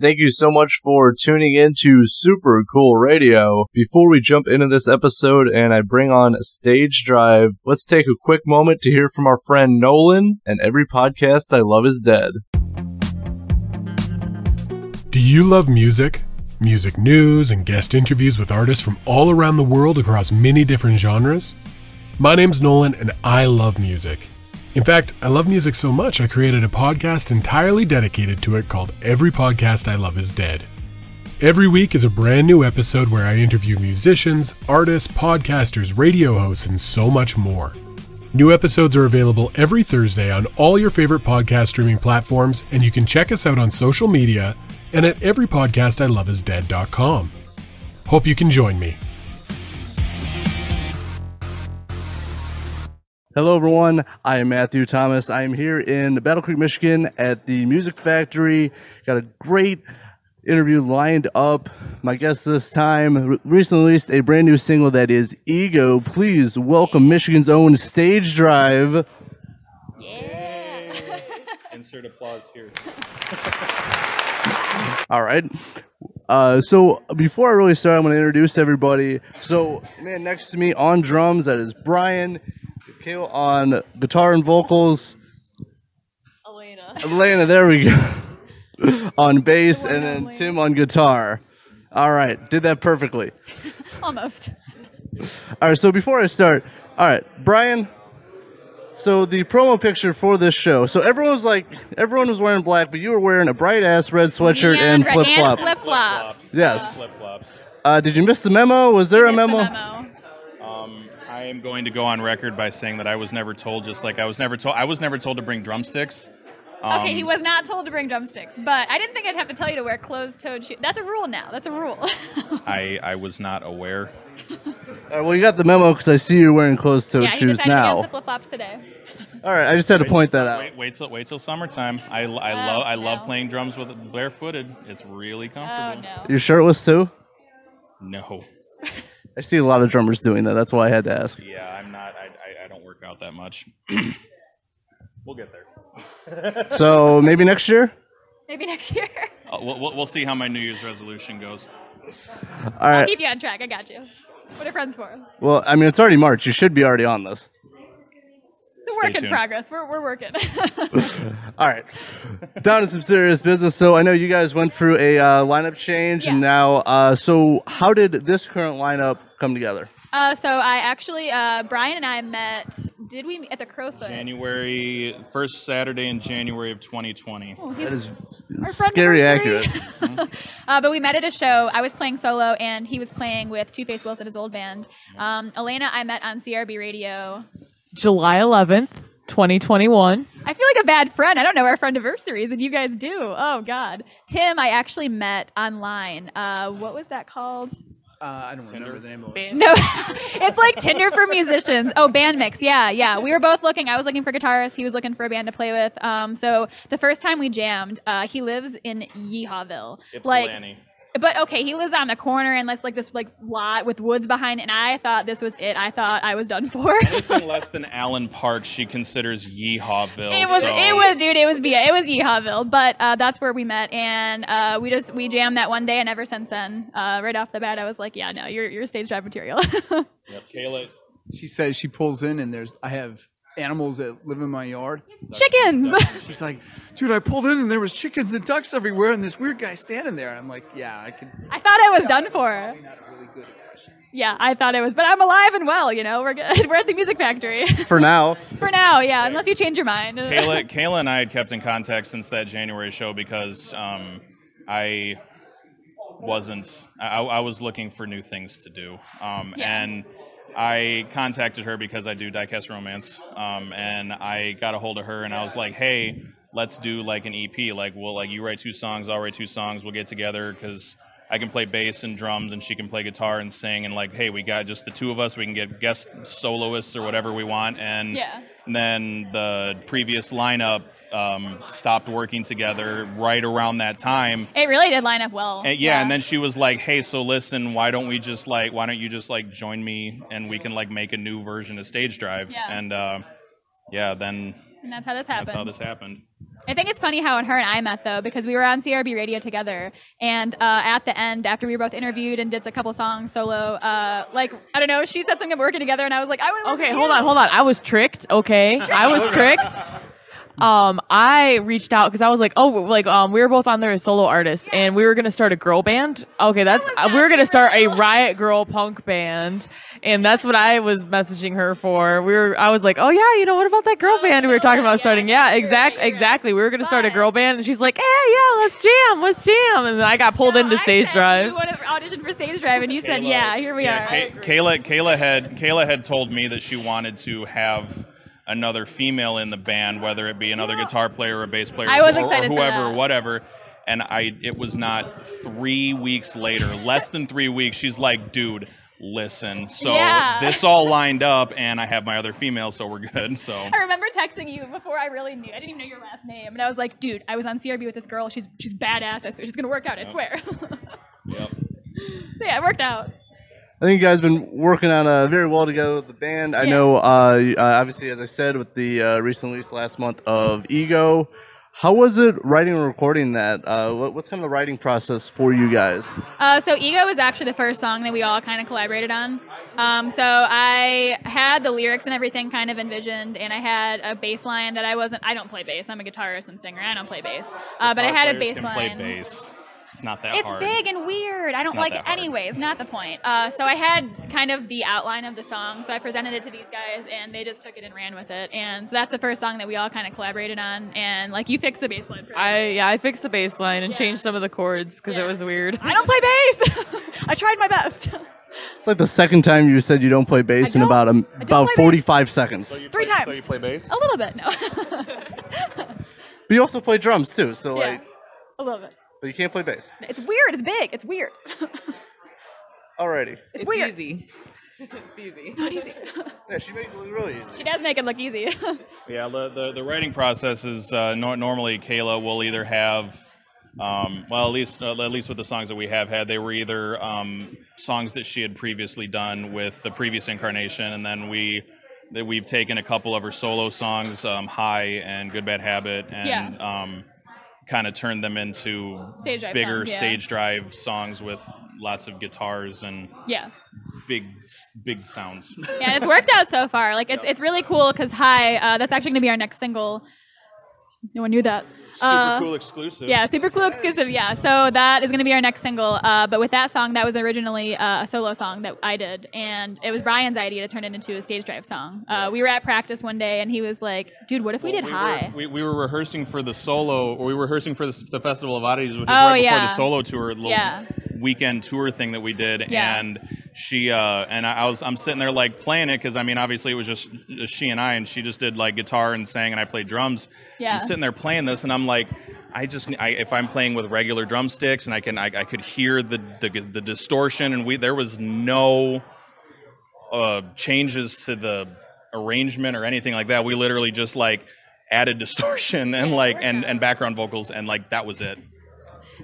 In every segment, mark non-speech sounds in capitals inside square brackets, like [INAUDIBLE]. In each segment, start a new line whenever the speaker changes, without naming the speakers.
Thank you so much for tuning in to Super Cool Radio. Before we jump into this episode and I bring on Stage Drive, let's take a quick moment to hear from our friend Nolan and every podcast I love is dead.
Do you love music? Music news and guest interviews with artists from all around the world across many different genres? My name's Nolan and I love music. In fact, I love music so much I created a podcast entirely dedicated to it called Every Podcast I Love Is Dead. Every week is a brand new episode where I interview musicians, artists, podcasters, radio hosts, and so much more. New episodes are available every Thursday on all your favorite podcast streaming platforms, and you can check us out on social media and at everypodcastiloveisdead.com. Hope you can join me.
Hello, everyone. I am Matthew Thomas. I am here in Battle Creek, Michigan at the Music Factory. Got a great interview lined up. My guest this time re- recently released a brand new single that is Ego. Please welcome Michigan's own Stage Drive.
Yeah. Insert applause here.
All right. Uh, so before I really start, I'm going to introduce everybody. So, man, next to me on drums, that is Brian. Kale on guitar and vocals.
Elena. [LAUGHS]
Elena, there we go. [LAUGHS] on bass, and then
Elena.
Tim on guitar. All right, did that [LAUGHS] perfectly.
Almost.
All right, so before I start, all right, Brian. So the promo picture for this show. So everyone was like, everyone was wearing black, but you were wearing a bright ass red sweatshirt and flip flop.
flip flops.
Yes.
Flip flops.
Uh, did you miss the memo? Was there a memo?
Um, I am going to go on record by saying that I was never told. Just like I was never told. I was never told to bring drumsticks. Um,
Okay, he was not told to bring drumsticks, but I didn't think I'd have to tell you to wear closed-toed shoes. That's a rule now. That's a rule. [LAUGHS]
I I was not aware.
All right, well, you got the memo because I see you're wearing closed-toed
yeah, he
shoes
decided
now.
against the flip flops today.
All right, I just had to point that out.
Wait, wait till wait till summertime. I, l- I
Oh,
love I
no.
love playing drums with barefooted. It's really
Oh
comfortable.
no.
You're shirtless too.
no.
I see a lot of drummers doing that. That's why I had to ask.
Yeah, I'm not. I, I, I don't work out that much. [CLEARS THROAT] we'll get there.
So maybe next year.
Maybe next year. [LAUGHS]
Uh, we'll, we'll, we'll see how my New Year's resolution goes.
All
I'll
right.
keep you on track. I got you. What are friends for?
Well, I mean, it's already March. You should be already on this.
It's a work in
tuned.
progress. We're, we're working. [LAUGHS]
All right. Down to some serious business. So I know you guys went through a uh, lineup change, and
Yeah.
now, uh, so how did this current lineup come together?
uh, so I actually, uh, Brian and I met. Did we meet at the Crowfoot?
January first Saturday in January of 2020.
Oh, he's
That is
Our friend
scary
number
accurate.
three. uh, but we met at a show. I was playing solo, and he was playing with Two Face Wilson, his old band. Um, Elena, I met on CRB radio.
July 11th, 2021.
I feel like a bad friend. I don't know our friend anniversaries, and you guys do. Oh God, Tim, I actually met online. Uh, what was that called?
Uh, I don't remember the name of it.
No, [LAUGHS] it's like Tinder for musicians. Oh, band mix. Yeah, yeah. We were both looking. I was looking for guitarists. He was looking for a band to play with. Um, so the first time we jammed, uh, he lives in Yeehawville.
Ypsilanti.
But okay, he lives on the corner and that's like this like lot with woods behind, and I thought this was it. I thought I was done for. [LAUGHS] it
Anything less than Allen Park, she considers Yeehawville.
was
so-
it was dude, it was Bia, it was Yeehawville. But uh, that's where we met, and uh, we just we jammed that one day, and ever since then, uh, right off the bat, I was like, yeah, no, you're you're stage drive material. [LAUGHS]
Yep, Kayla.
She says she pulls in and there's I have animals that live in my yard.
Chickens. [LAUGHS]
She's like, dude, I pulled in and there was chickens and ducks everywhere and this weird guy standing there. And I'm like, yeah, I could.
I thought I was done for.
Not a really good impression.
Yeah, I thought I was, but I'm alive and well. You know, we're good. [LAUGHS] we're at the music factory
For now,
[LAUGHS] for now. Yeah, unless you change your mind.
Kayla, Kayla and I had kept in contact since that January show because um, I wasn't. I, I was looking for new things to do, um,
Yeah.
and I contacted her because I do diecast romance, um, and I got a hold of her and I was like, "Hey, let's do like an EP. Like, we'll like you write two songs, I'll write two songs. We'll get together because I can play bass and drums, and she can play guitar and sing. And like, hey, we got just the two of us. We can get guest soloists or whatever we want. And
Yeah.
and then the previous lineup um, stopped working together right around that time.
It really did line up well.
And yeah, and then she was like, "Hey, so listen, why don't we just like, why don't you just like join me and we can like make a new version of Stage Drive?"
Yeah.
And uh, yeah, then
And that's how this happened.
that's how this happened.
I think it's funny how her and I met though, because we were on CRB radio together, and uh, at the end, after we were both interviewed and did a couple songs solo, uh, like I don't know, she said something about working together, and I was like, I want.
Okay, hold on, hold on. I was tricked. Okay, I was tricked. Um, I reached out because I was like, oh, like um, we were both on there as solo artists, and we were gonna start a girl band. Okay, that's uh, we were gonna start a riot girl punk band, and that's what I was messaging her for. We were, I was like, oh yeah, you know, what about that girl band we were talking about starting? Yeah, exact, exactly. We were gonna start a girl band, and she's like, eh, yeah, let's jam, let's jam, and then I got pulled into stage drive.
You want to audition for stage drive, and you said,
Kayla-
Yeah, here we
yeah,
are.
Kay- Kayla, Kayla had Kayla had told me that she wanted to have another female in the band, whether it be another guitar player or a bass player,
I was
or,
excited
or
for
whoever,
that.
or whatever. And I, it was not three weeks later, less than three weeks. She's like, dude. Listen, so
Yeah.
this all lined up, and I have my other female, so we're good. So
I remember texting you before I really knew. I didn't even know your last name, and I was like, "Dude, I was on CRB with this girl. She's she's badass. I swear, she's gonna work out. I swear." [LAUGHS]
yep.
so yeah, it worked out.
I think you guys have been working on uh, very well together with the band. I
Yeah.
know, uh, uh, obviously, as I said, with the uh, recent release last month of Ego. How was it writing and recording that? Uh, what, what's kind of the writing process for you guys?
Uh, so Ego was actually the first song that we all kind of collaborated on. Um, so I had the lyrics and everything kind of envisioned, and I had a bass line that I wasn't. I don't play bass. I'm a guitarist and singer. I don't play bass, uh, but I had a
Guitar
bass
players can
line.
Play bass. It's not that
It's
hard.
big and weird. I don't
not
like
that
it
hard.
anyways. Not the point. Uh, so I had kind of the outline of the song. So I presented it to these guys, and they just took it and ran with it. And so that's the first song that we all kind of collaborated on. And like you fixed the bass line. for me.
I yeah, I fixed the bass line and changed some of the chords because
Yeah.
it was weird.
I don't play bass. [LAUGHS] I tried my best.
It's like the second time you said you don't play bass in
don't-
about um,
I don't
about
play bass.
45 seconds.
Three times.
bass?
A little bit, no. [LAUGHS]
but you also play drums too, so like,
a little bit.
but you can't play bass.
It's weird. It's big. It's weird. [LAUGHS]
Alrighty.
It's, weird.
easy.
Yeah, she makes it look really easy.
She does make it look easy. [LAUGHS]
Yeah, the, the, the writing process is uh, nor- normally Kayla will either have, um, well, at least uh, at least with the songs that we have had, they were either um, songs that she had previously done with the previous incarnation, and then we that we've taken a couple of her solo songs, um, "High" and "Good Bad Habit," and
Yeah.
um, kind of turned them into
Stage drive
bigger
songs, yeah.
stage drive songs with lots of guitars and
yeah.
big s- big sounds.
Yeah, and it's worked out so far. Like it's it's really cool because hi, uh, that's actually gonna be our next single. No one knew that.
Super cool exclusive.
Uh, Yeah, super cool exclusive. Yeah, so that is going to be our next single. Uh, but with that song, that was originally uh, a solo song that I did, and it was Brian's idea to turn it into a stage drive song. Uh, we were at practice one day, and he was like, "Dude, what if we did
Well,
high?"
Were, we, we were rehearsing for the solo, or we were rehearsing for the, the Festival of Oddities, which is
Oh,
right before
yeah.
the solo tour, little
Yeah.
weekend tour thing that we did.
Yeah.
And she uh, and I, I was I'm sitting there like playing it because I mean obviously it was just uh, she and I, and she just did like guitar and sang, and I played drums.
Yeah.
I'm sitting there playing this, and I'm like. I just I, if I'm playing with regular drumsticks and I can I, I could hear the, the the distortion and we there was no uh, changes to the arrangement or anything like that. We literally just like added distortion and like and, and background vocals and like that was it.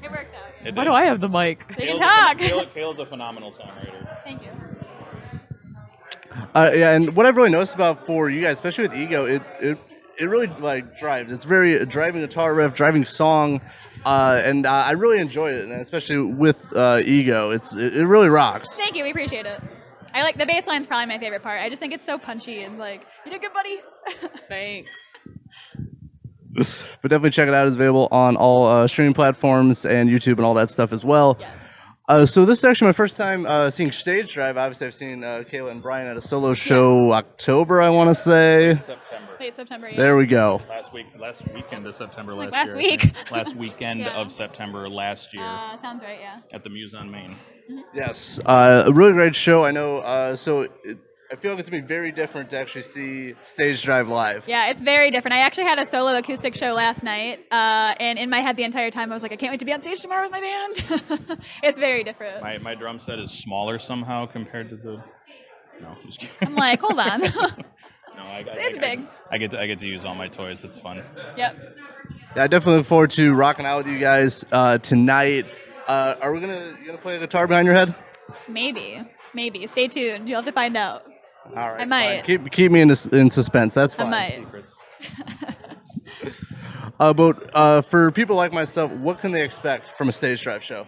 It worked out.
It
Why
did.
do I have the mic?
They can
Kayla's
talk.
A, Kayla, Kayla's a phenomenal songwriter.
Thank you.
Uh, yeah, and what I've really noticed about for you guys, especially with ego, it it it really like drives. It's very a driving guitar riff, driving song, uh, and uh, I really enjoy it, and especially with uh, ego, it's it, it really rocks.
Thank you. We appreciate it. I like the bass line's probably my favorite part. I just think it's so punchy and like you did good, buddy. [LAUGHS]
Thanks.
But definitely check it out. It's available on all uh, streaming platforms and YouTube and all that stuff as well. Uh, so this is actually my first time uh, seeing Stage Drive. Obviously, I've seen uh, Kayla and Brian at a solo show October, I want to say.
September.
Late September. Yeah.
There we go.
Last week last weekend of September last,
Like last
year. I
week.
think. last
[LAUGHS]
weekend
Yeah.
of September last year
Uh, sounds right. Yeah.
at the Muse on Main.
Yes, uh, a really great show. I know. Uh, so it, I feel like it's gonna be very different to actually see stage drive live.
Yeah, it's very different. I actually had a solo acoustic show last night, uh, and in my head the entire time I was like, I can't wait to be on stage tomorrow with my band. [LAUGHS] it's very different.
My, my drum set is smaller somehow compared to the. No, I'm just kidding.
[LAUGHS] I'm like,
[LAUGHS]
hold on.
No, I, I,
it's
I-
big.
I get to, I get to use all my toys. It's fun.
yep.
Yeah, I definitely look forward to rocking out with you guys uh, tonight. Uh, are we gonna you gonna play a guitar behind your head?
Maybe. Maybe. Stay tuned. You'll have to find out.
All right,
I might.
fine. keep keep me in in suspense. That's
I
fine.
might.
Uh, but uh, for people like myself, what can they expect from a stage drive show?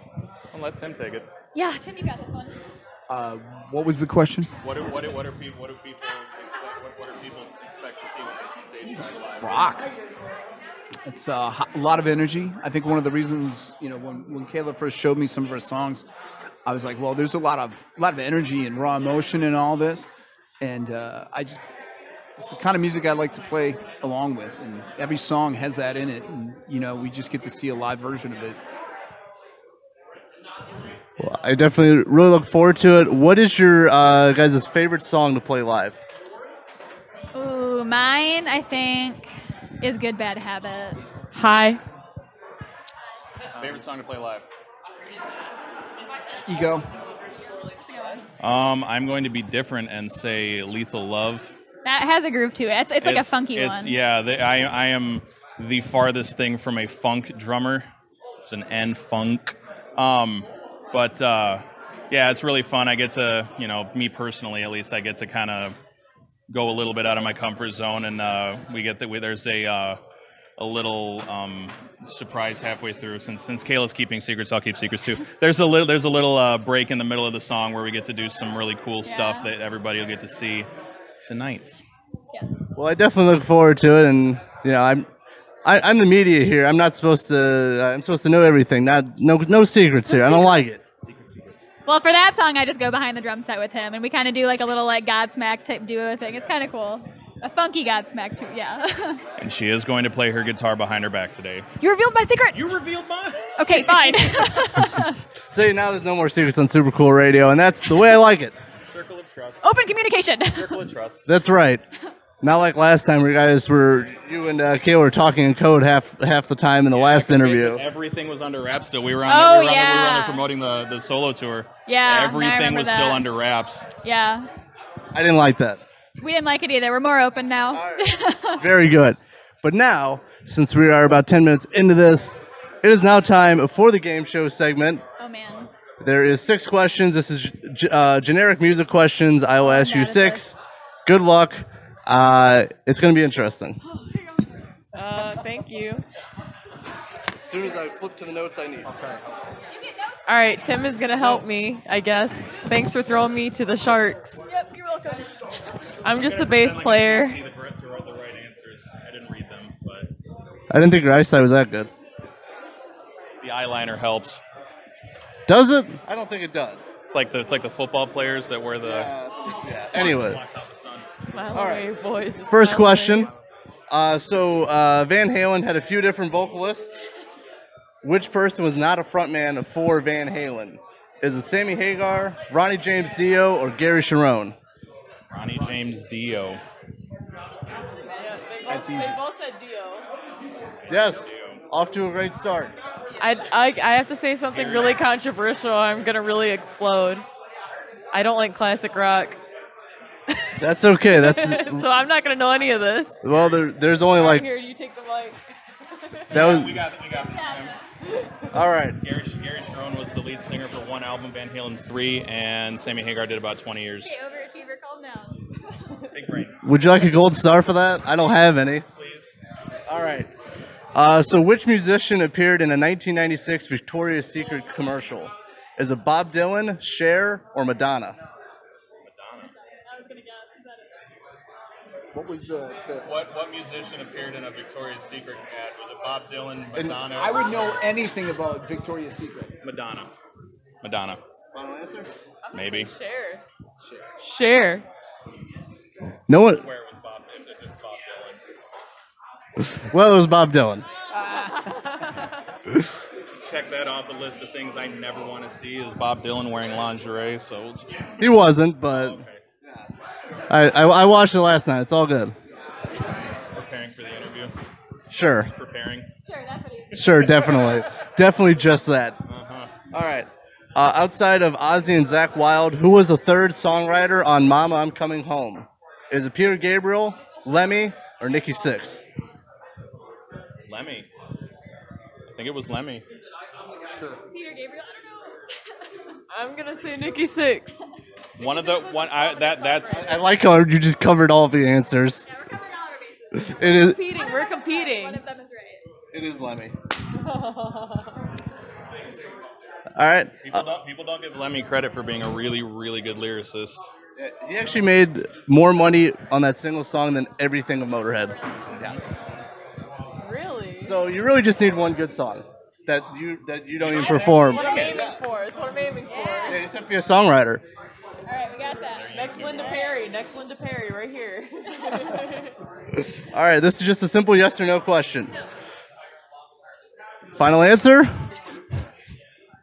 I'll let Tim take it.
Yeah, Tim, you got this one.
Uh, what was the question?
What do, what do, what are people what do people expect, what, what are people expect to see when they see stage live?
Rock. It's a ho- a lot of energy. I think one of the reasons, you know, when, when Kayla first showed me some of her songs, I was like, well, there's a lot of lot of energy and raw emotion in all this, and uh, I just it's the kind of music I like to play along with, and every song has that in it, and you know, we just get to see a live version of it.
Well, I definitely really look forward to it. What is your uh, guys' favorite song to play live?
Ooh, mine, I think, is Good Bad Habit.
Hi.
Favorite song to play live?
Ego.
Um, I'm going to be different and say Lethal Love.
That has a groove to it. It's, it's like a funky
it's,
one.
Yeah, the, I I am the farthest thing from a funk drummer. It's an N funk. Um, but uh, yeah, it's really fun. I get to you know me personally at least I get to kind of go a little bit out of my comfort zone and uh, we get that we, there's a uh, a little um, surprise halfway through since since Kayla's keeping secrets I'll keep secrets too there's a little there's a little uh, break in the middle of the song where we get to do some really cool stuff
Yeah.
that everybody will get to see tonight
Yes.
Well, I definitely look forward to it, and you know, I'm I, I'm the media here. I'm not supposed to. uh, I'm supposed to know everything. Not no no secrets here. I don't like it.
Well, for that song, I just go behind the drum set with him, and we kind of do like a little like Godsmack type duo thing. It's kind of cool. A funky Godsmack too, yeah. [LAUGHS]
And she is going to play her guitar behind her back today.
you revealed my secret.
You revealed mine.
Okay, fine. [LAUGHS]
See, now there's no more secrets on Super Cool Radio, and that's the way I like it.
[LAUGHS] Circle of trust.
Open communication. [LAUGHS]
Circle
[LAUGHS]
of trust.
That's right. Not like last time where you guys were you and uh, Kayla were talking in code half half the time in the last interview.
Everything was under wraps. Still, we were on.
Oh,
we were on the, we were on
yeah.
the promoting the, the solo tour.
Yeah, I
Everything
remember
was
that.
still under wraps.
yeah,
I didn't like that.
we didn't like it either. We're more open now.
Very good. But now, since we are about 10 minutes into this, it is now time for the game show segment.
Oh man.
There is six questions. This is g- uh, generic music questions. I will ask you
Not a
six. Good luck. Uh, it's going to be interesting.
Uh, thank you.
As soon as I flip to the notes I need.
All right, Tim is gonna help me, I guess. Thanks for throwing me to the sharks.
Yep, you're welcome.
I'm just the bass player.
the right answers. I didn't read them, but
I didn't think your eyesight was that good.
the eyeliner helps.
Does it? I don't think it does.
It's like the it's like the football players that wear the.
Yeah. Anyway.
blocks out the sun.
Smile
right.
away, boys. just
First
smile away.
question. Uh, so uh, Van Halen had a few different vocalists. Which person was not a frontman for Van Halen? Is it Sammy Hagar, Ronnie James Dio, or Gary Sharon?
Ronnie James Dio.
That's easy.
Yes, off to a great start.
I, I, I have to say something really controversial. I'm gonna really explode. I don't like classic rock, [LAUGHS]
That's okay. That's
so I'm not gonna know any of this.
well. There, there's only like
Here, you take the mic.
that was
got we got this.
all right.
Gary, Gary Sharon was the lead singer for one album, Van Halen three, and Sammy Hagar did about twenty years.
Okay, overachiever, calm down.
Big brain,
Would you like a gold star for that? I don't have any.
please.
All right. Uh, so, which musician appeared in a 1996 Victoria's Secret commercial? Is it Bob Dylan, Cher, or Madonna?
What was the? the
What what musician appeared in a Victoria's Secret ad? Was it Bob Dylan,
and
Madonna?
I would know anything about Victoria's Secret.
Madonna. Madonna. Maybe.
Share. Share.
No one.
Where was Bob? If it's Bob Dylan.
Well, it was Bob Dylan.
Check that off the list of things I never want to see is Bob Dylan wearing lingerie. So we'll just,
He wasn't, but I, I, I watched it last night. It's all good.
Preparing for the interview.
Sure.
Preparing.
Sure, that's what he
Sure, definitely. [LAUGHS] definitely just that. All right. Uh, outside of Ozzy and Zach Wild, who was the third songwriter on Mama I'm Coming Home? Is it Peter Gabriel, Lemmy, or Nikki Six?
Lemmy. I think it was Lemmy.
Peter Gabriel. I
I'm gonna say Nikki Six.
One of the one. I that that's
I like how you just covered all the answers.
don't know. Yeah, we're covering all our bases.
It is
Competing, we're competing.
One of them is right.
it is Lemmy. All right. Uh,
people don't people don't give Lemmy credit for being a really really good lyricist.
He actually made more money on that single song than everything of Motorhead.
Really?
So you really just need one good song that you that you don't even perform.
I'm aiming for. It's what I'm aiming for.
Yeah, you just have to be a songwriter.
All right, we got that.
Next Linda Perry. Next Linda Perry, right here.
[LAUGHS] All right, this is just a simple yes or no question. Final answer?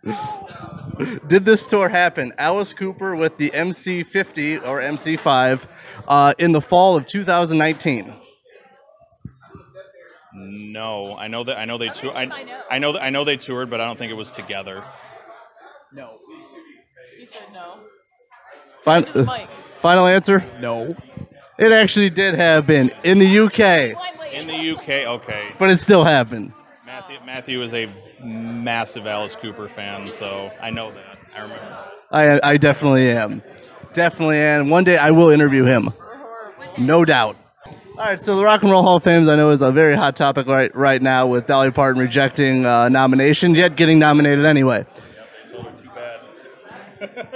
[LAUGHS] Did this tour happen? Alice Cooper with the MC50 or MC5 uh, in the fall of 2019.
No, I know that I know they toured. I,
I know.
I know that I know they toured, but I don't think it was together.
No.
you said no.
Fin-
Mike.
final answer?
No.
It actually did happen in the UK,
In the UK, okay.
but it still happened.
Matthew Matthew is a massive Alice Cooper fan, so I know that. I remember.
I, I definitely am. Definitely am. One day I will interview him. No doubt. All right, so the Rock and Roll Hall of Fame, I know, is a very hot topic right, right now with Dolly Parton rejecting uh, nomination, yet getting nominated anyway,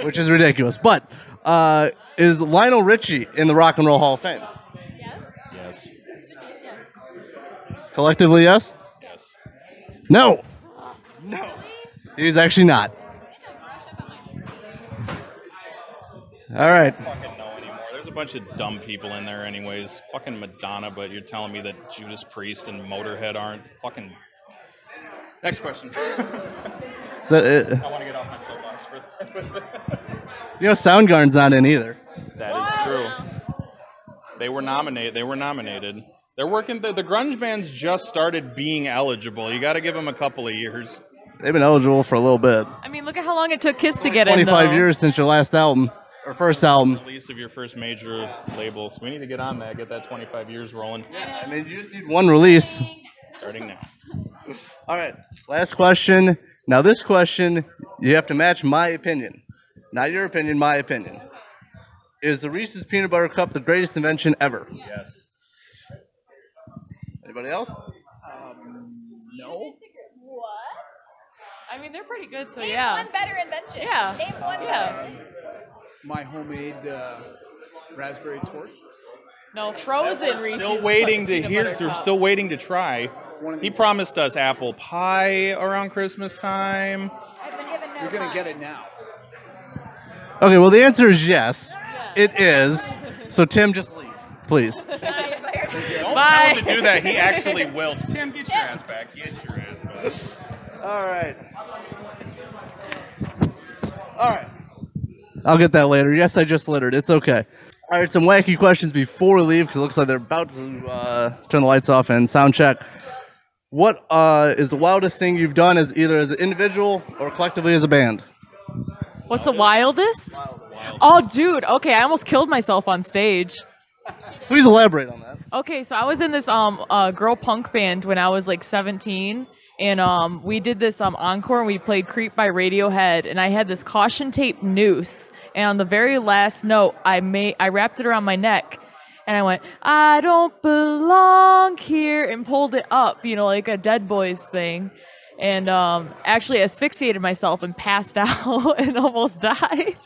which is ridiculous. But uh, is Lionel Richie in the Rock and Roll Hall of Fame?
Yes.
Collectively, yes?
Yes.
No. No. He's actually not. All right.
Fucking know anymore. There's a bunch of dumb people in there, anyways. Fucking Madonna, but you're telling me that Judas Priest and Motorhead aren't fucking. Next question. [LAUGHS]
So, uh,
I want to get off my soapbox for that. [LAUGHS]
you know, Soundgarden's not in either.
That is true. They were nominated. They were nominated. They're working. The, the grunge bands just started being eligible. You got to give them a couple of years.
They've been eligible for a little bit.
I mean, uh, look at how long it took Kiss to get in.
25
though.
years since your last album or first album.
Release of your first major label. So we need to get on that. Get that 25 years rolling.
I mean, you just need one release.
Starting now.
All right, last question. Now, this question, you have to match my opinion. Not your opinion, my opinion. Is the Reese's Peanut Butter Cup the greatest invention ever?
Yes.
Anybody else?
No.
What?
I mean, they're pretty good, so
Yeah.
yeah.
One better invention.
Yeah.
Name one
Yeah.
My homemade uh, raspberry tort.
No, frozen Reese's.
Still waiting to
peanut
hear.
butter
We're
cups.
still waiting to try.
One of
He
these
promised us apple pie around Christmas time.
better. I've been given no
You're gonna
time.
get it now.
Okay, well, the answer is yes. It is. So, Tim, just leave, please.
Not
[LAUGHS]
inspired.
Bye.
To do that, he actually will. Tim, get your ass back. Get your ass back.
All right. All right. I'll get that later. Yes, I just littered. It's okay. All right, some wacky questions before we leave because it looks like they're about to uh, turn the lights off and sound check. What uh, is the wildest thing you've done as either as an individual or collectively as a band?
What's the wildest? Oh, dude. Okay, I almost killed myself on stage.
Please elaborate on that.
Okay, so I was in this um uh, girl punk band when I was like 17, and um we did this um encore and we played "Creep" by Radiohead, and I had this caution tape noose, and on the very last note, I made I wrapped it around my neck, and I went, "I don't belong here," and pulled it up, you know, like a Dead Boys thing, and um actually asphyxiated myself and passed [LAUGHS] out and almost died.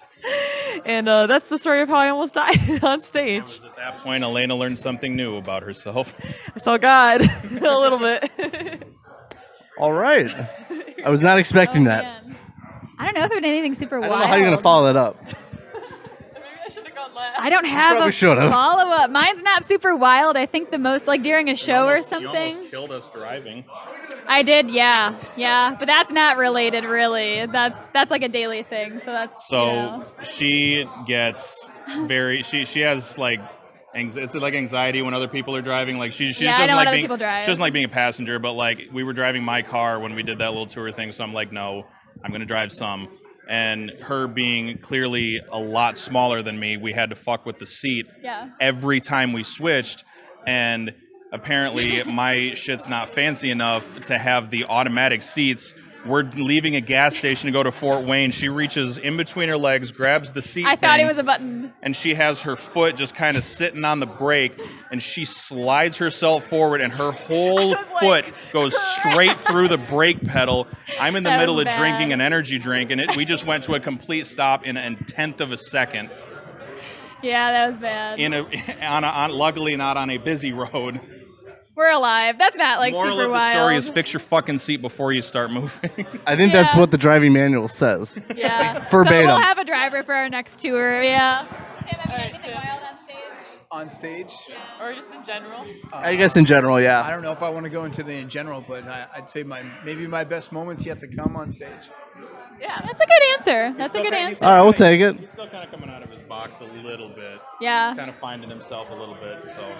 And uh, that's the story of how I almost died [LAUGHS] on stage.
At that point, Elena learned something new about herself.
I saw God [LAUGHS] a little bit. [LAUGHS]
All right. I was not expecting that.
Oh, Man. I don't know if it would anything super
I
wild.
don't know how you're going to follow that up.
I don't have
probably
a
should've.
follow up. Mine's not super wild. I think the most like during a show [LAUGHS] or
You almost
something.
killed us driving.
I I did, yeah, yeah, but that's not related, really. That's that's like a daily thing. So that's
So
you know.
she gets very she she has like anx- it's like anxiety when other people are driving. Like she she
Yeah, I
just doesn't
know when
like
other
being
people drive.
she doesn't like being a passenger. But like we were driving my car when we did that little tour thing, so I'm like, no, I'm gonna drive some. And her being clearly a lot smaller than me, we had to fuck with the seat
Yeah.
every time we switched. And
[LAUGHS]
apparently, my shit's not fancy enough to have the automatic seats. We're leaving a gas station to go to Fort Wayne. She reaches in between her legs, grabs the seat.
I thought it
thing,
was a button.
And she has her foot just kind of sitting on the brake, and she slides herself forward, and
[LAUGHS]
her whole foot goes straight through the brake pedal. I'm in the
That was
middle of
bad.
drinking an energy drink, and it, we just went to a complete stop in a tenth of a second
Yeah, that was bad.
in a [LAUGHS] on, a on luckily not on a busy road.
We're alive. That's not like
Moral
super
of
wild.
the story is fix your fucking seat before you start moving.
I think that's
Yeah.
what the driving manual says. [LAUGHS]
yeah.
Verbatim.
So we'll have a driver for our next tour. Yeah. Tim, have you done anything wild on stage?
on stage.
Or just in general.
I guess in general,
I
yeah.
don't know if I want to go into the in general, but I, I'd say my maybe my best moments yet to come on stage.
Yeah, that's a good answer. [LAUGHS] That's a good answer.
All right, we'll take it.
He's still kind of coming out of his box a little bit.
Yeah.
Kind of finding himself a little bit. So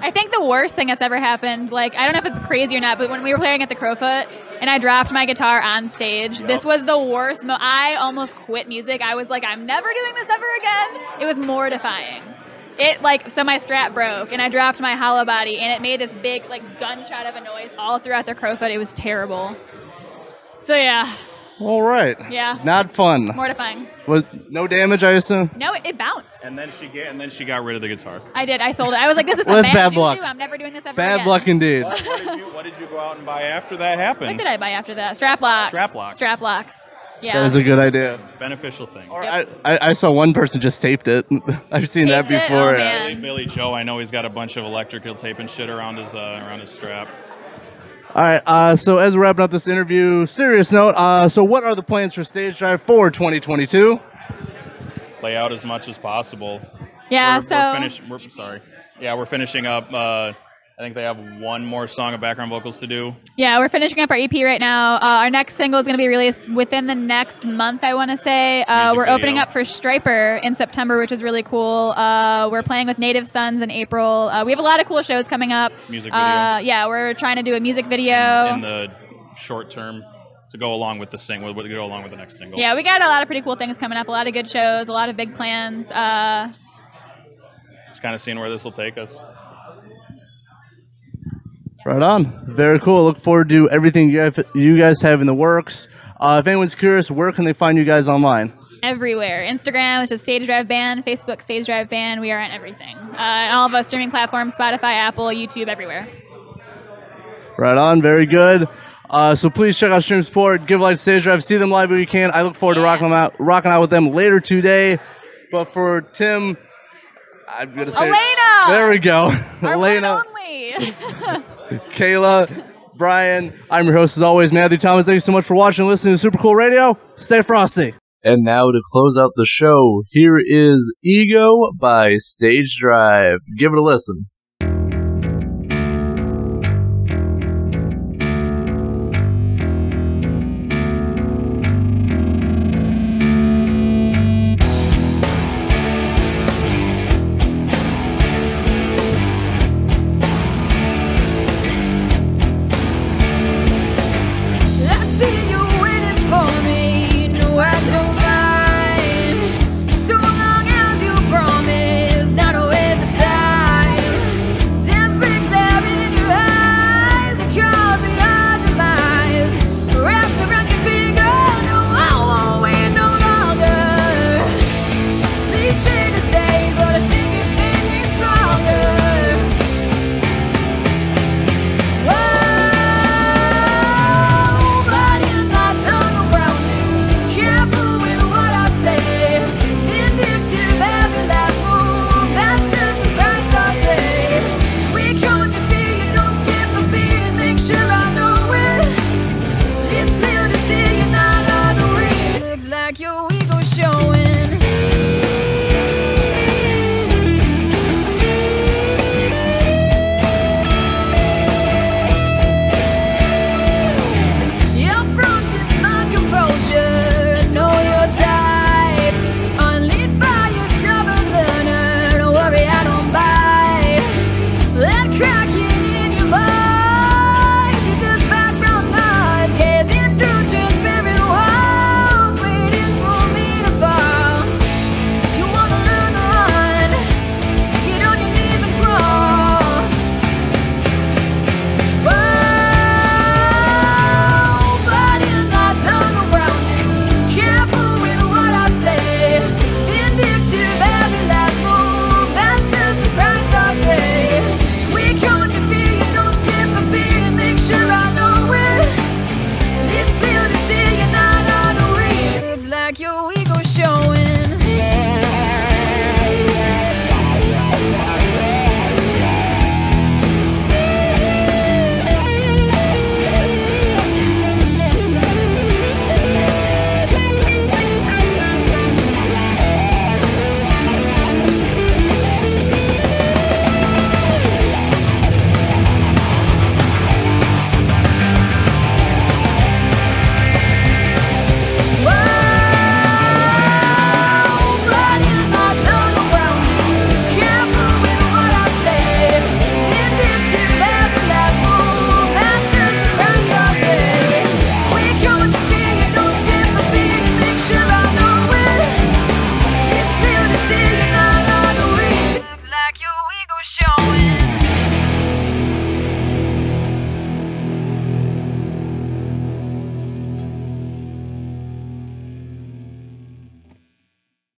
I think the worst thing that's ever happened, like I don't know if it's crazy or not, but when we were playing at the Crowfoot and I dropped my guitar on stage, this was the worst. Mo- I almost quit music. I was like, I'm never doing this ever again. It was mortifying. It like so my strap broke and I dropped my hollow body and it made this big like gunshot of a noise all throughout the Crowfoot. It was terrible. So yeah,
All right.
Yeah.
Not fun.
mortifying.
Was no damage, I assume.
No, it, it bounced.
and then she get and then she got rid of the guitar.
I did. I sold it. I was like, this is
Well,
a
that's
bad,
bad
juju.
luck.
I'm never doing this ever again.
Bad luck indeed.
What, what did you what did you go out and buy after that happened?
What did I buy after that? Strap locks.
Strap locks.
Strap locks. Yeah.
That was a good idea.
Beneficial thing.
Or
Yep.
I, I, I saw one person just taped it. [LAUGHS] I've seen that
Taped it?
before.
Oh,
yeah.
man.
Billy, Billy Joe, I know he's got a bunch of electrical tape and shit around his uh, around his strap.
All right. Uh, so as we're wrapping up this interview, serious note. Uh, so what are the plans for stage dive for 2022?
Play out as much as possible.
yeah.
we're,
so
we're finish- We're, sorry. Yeah, we're finishing up. Uh, I think they have one more song of background vocals to do.
yeah, we're finishing up our EP right now. Uh, our next single is going to be released within the next month. I want to say uh,
Music
we're opening
video.
up for Striper in September, which is really cool. Uh, we're playing with Native Sons in April. Uh, we have a lot of cool shows coming up.
Music
Uh,
video.
yeah, we're trying to do a music video.
in the short term to go along with the single, to go along with the next single.
yeah, we got a lot of pretty cool things coming up. A lot of good shows. A lot of big plans. Uh,
Just kind of seeing where this will take us.
Right on. Very cool. Look forward to everything you have, you guys have in the works. Uh, if anyone's curious, where can they find you guys online?
everywhere. Instagram is just Stage Drive Band. Facebook Stage Drive Band. We are on everything. Uh, and all of us streaming platforms: Spotify, Apple, YouTube, everywhere.
Right on. Very good. Uh, so please check out Stream Support. Give light to Stage Drive. See them live if you can. I look forward to
Yeah.
rocking them out, rocking out with them later today. But for Tim, I'm gonna say
Elena!
There we go.
[LAUGHS] Our
Elena,
one only. [LAUGHS]
Kayla, Brian. I'm your host as always, Matthew Thomas. Thank you so much for watching and listening to Super Cool Radio. Stay frosty.
And now to close out the show, here is Ego by Stage Drive. Give it a listen.